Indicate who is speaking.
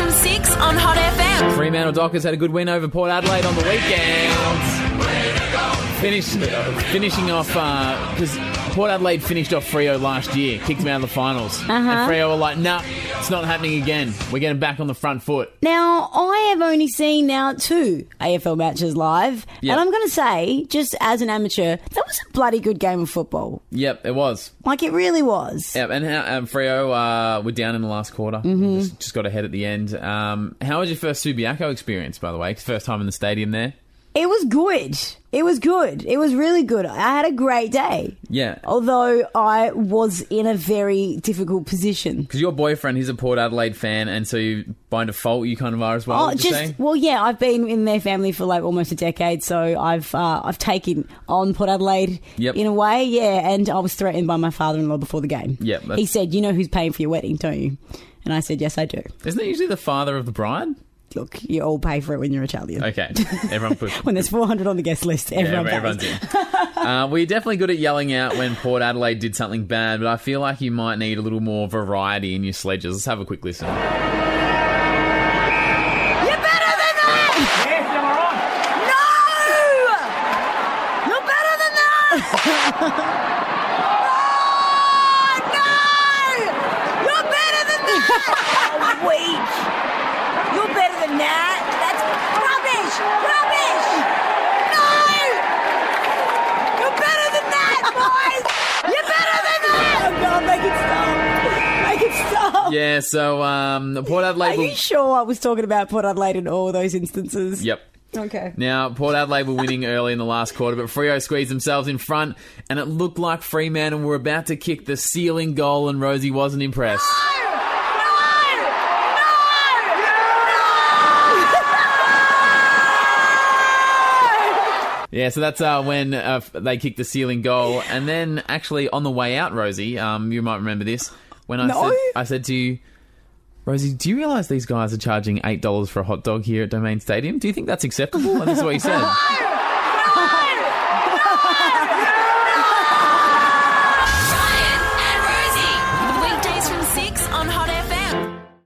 Speaker 1: on Hot FM.
Speaker 2: Fremantle Dockers had a good win over Port Adelaide on the weekend. Finishing, finishing off, because Port Adelaide finished off Frio last year, kicked them out of the finals.
Speaker 3: Uh-huh.
Speaker 2: And Frio were like, nah, it's not happening again. We're getting back on the front foot.
Speaker 3: Now, I have only seen now two AFL matches live,
Speaker 2: Yeah.
Speaker 3: and I'm going to say, just as an amateur, that was a bloody good game of football.
Speaker 2: Yep, it was.
Speaker 3: Like it really was.
Speaker 2: Yep, and how, um, Frio uh, were down in the last quarter.
Speaker 3: Mm-hmm.
Speaker 2: Just, just got ahead at the end. Um, how was your first Subiaco experience, by the way? 'Cause First time in the stadium there?
Speaker 3: It was good. It was good. It was really good. I had a great day,
Speaker 2: Yeah.
Speaker 3: although I was in a very difficult position.
Speaker 2: Because your boyfriend, he's a Port Adelaide fan, and so you, by default, you kind of are as well.
Speaker 3: Oh,
Speaker 2: would you say?
Speaker 3: just well, yeah. I've been in their family for like almost a decade, so I've uh, I've taken on Port Adelaide
Speaker 2: Yep.
Speaker 3: in a way, yeah. And I was threatened by my father-in-law before the game.
Speaker 2: Yep, that's-
Speaker 3: he said, "You know who's paying for your wedding, don't you?" And I said, "Yes, I do."
Speaker 2: Isn't it usually the father of the bride?
Speaker 3: Look, you all pay for it when you're Italian.
Speaker 2: Okay, everyone puts.
Speaker 3: When there's 400 on the guest list, everyone
Speaker 2: Yeah, everyone's
Speaker 3: pays.
Speaker 2: in. Uh, we're definitely good at yelling out when Port Adelaide did something bad, but I feel like you might need a little more variety in your sledges. Let's have a quick listen.
Speaker 3: You're better than that! Yes, you're on. No! You're better than that! oh, no! You're better than that! Weak. You're better than that. That's rubbish! Rubbish! No! You're better than that, boys! You're better than that! Oh, God, make it stop. Make it stop.
Speaker 2: Yeah, so um, the Port
Speaker 3: Are
Speaker 2: Adelaide. will-
Speaker 3: you sure I was talking about Port Adelaide in all those instances?
Speaker 2: Yep.
Speaker 3: Okay.
Speaker 2: Now, Port Adelaide were winning early in the last quarter, but Frio squeezed themselves in front, and it looked like Fremantle were about to kick the ceiling goal, and Rosie wasn't impressed. Yeah, so that's uh, when uh, f- they kicked the ceiling goal, and then actually on the way out, Rosie, um, you might remember this when I
Speaker 3: No.
Speaker 2: said I said to you, Rosie, do you realise these guys are charging eight dollars for a hot dog here at Domain Stadium? Do you think that's acceptable? And this is what you said.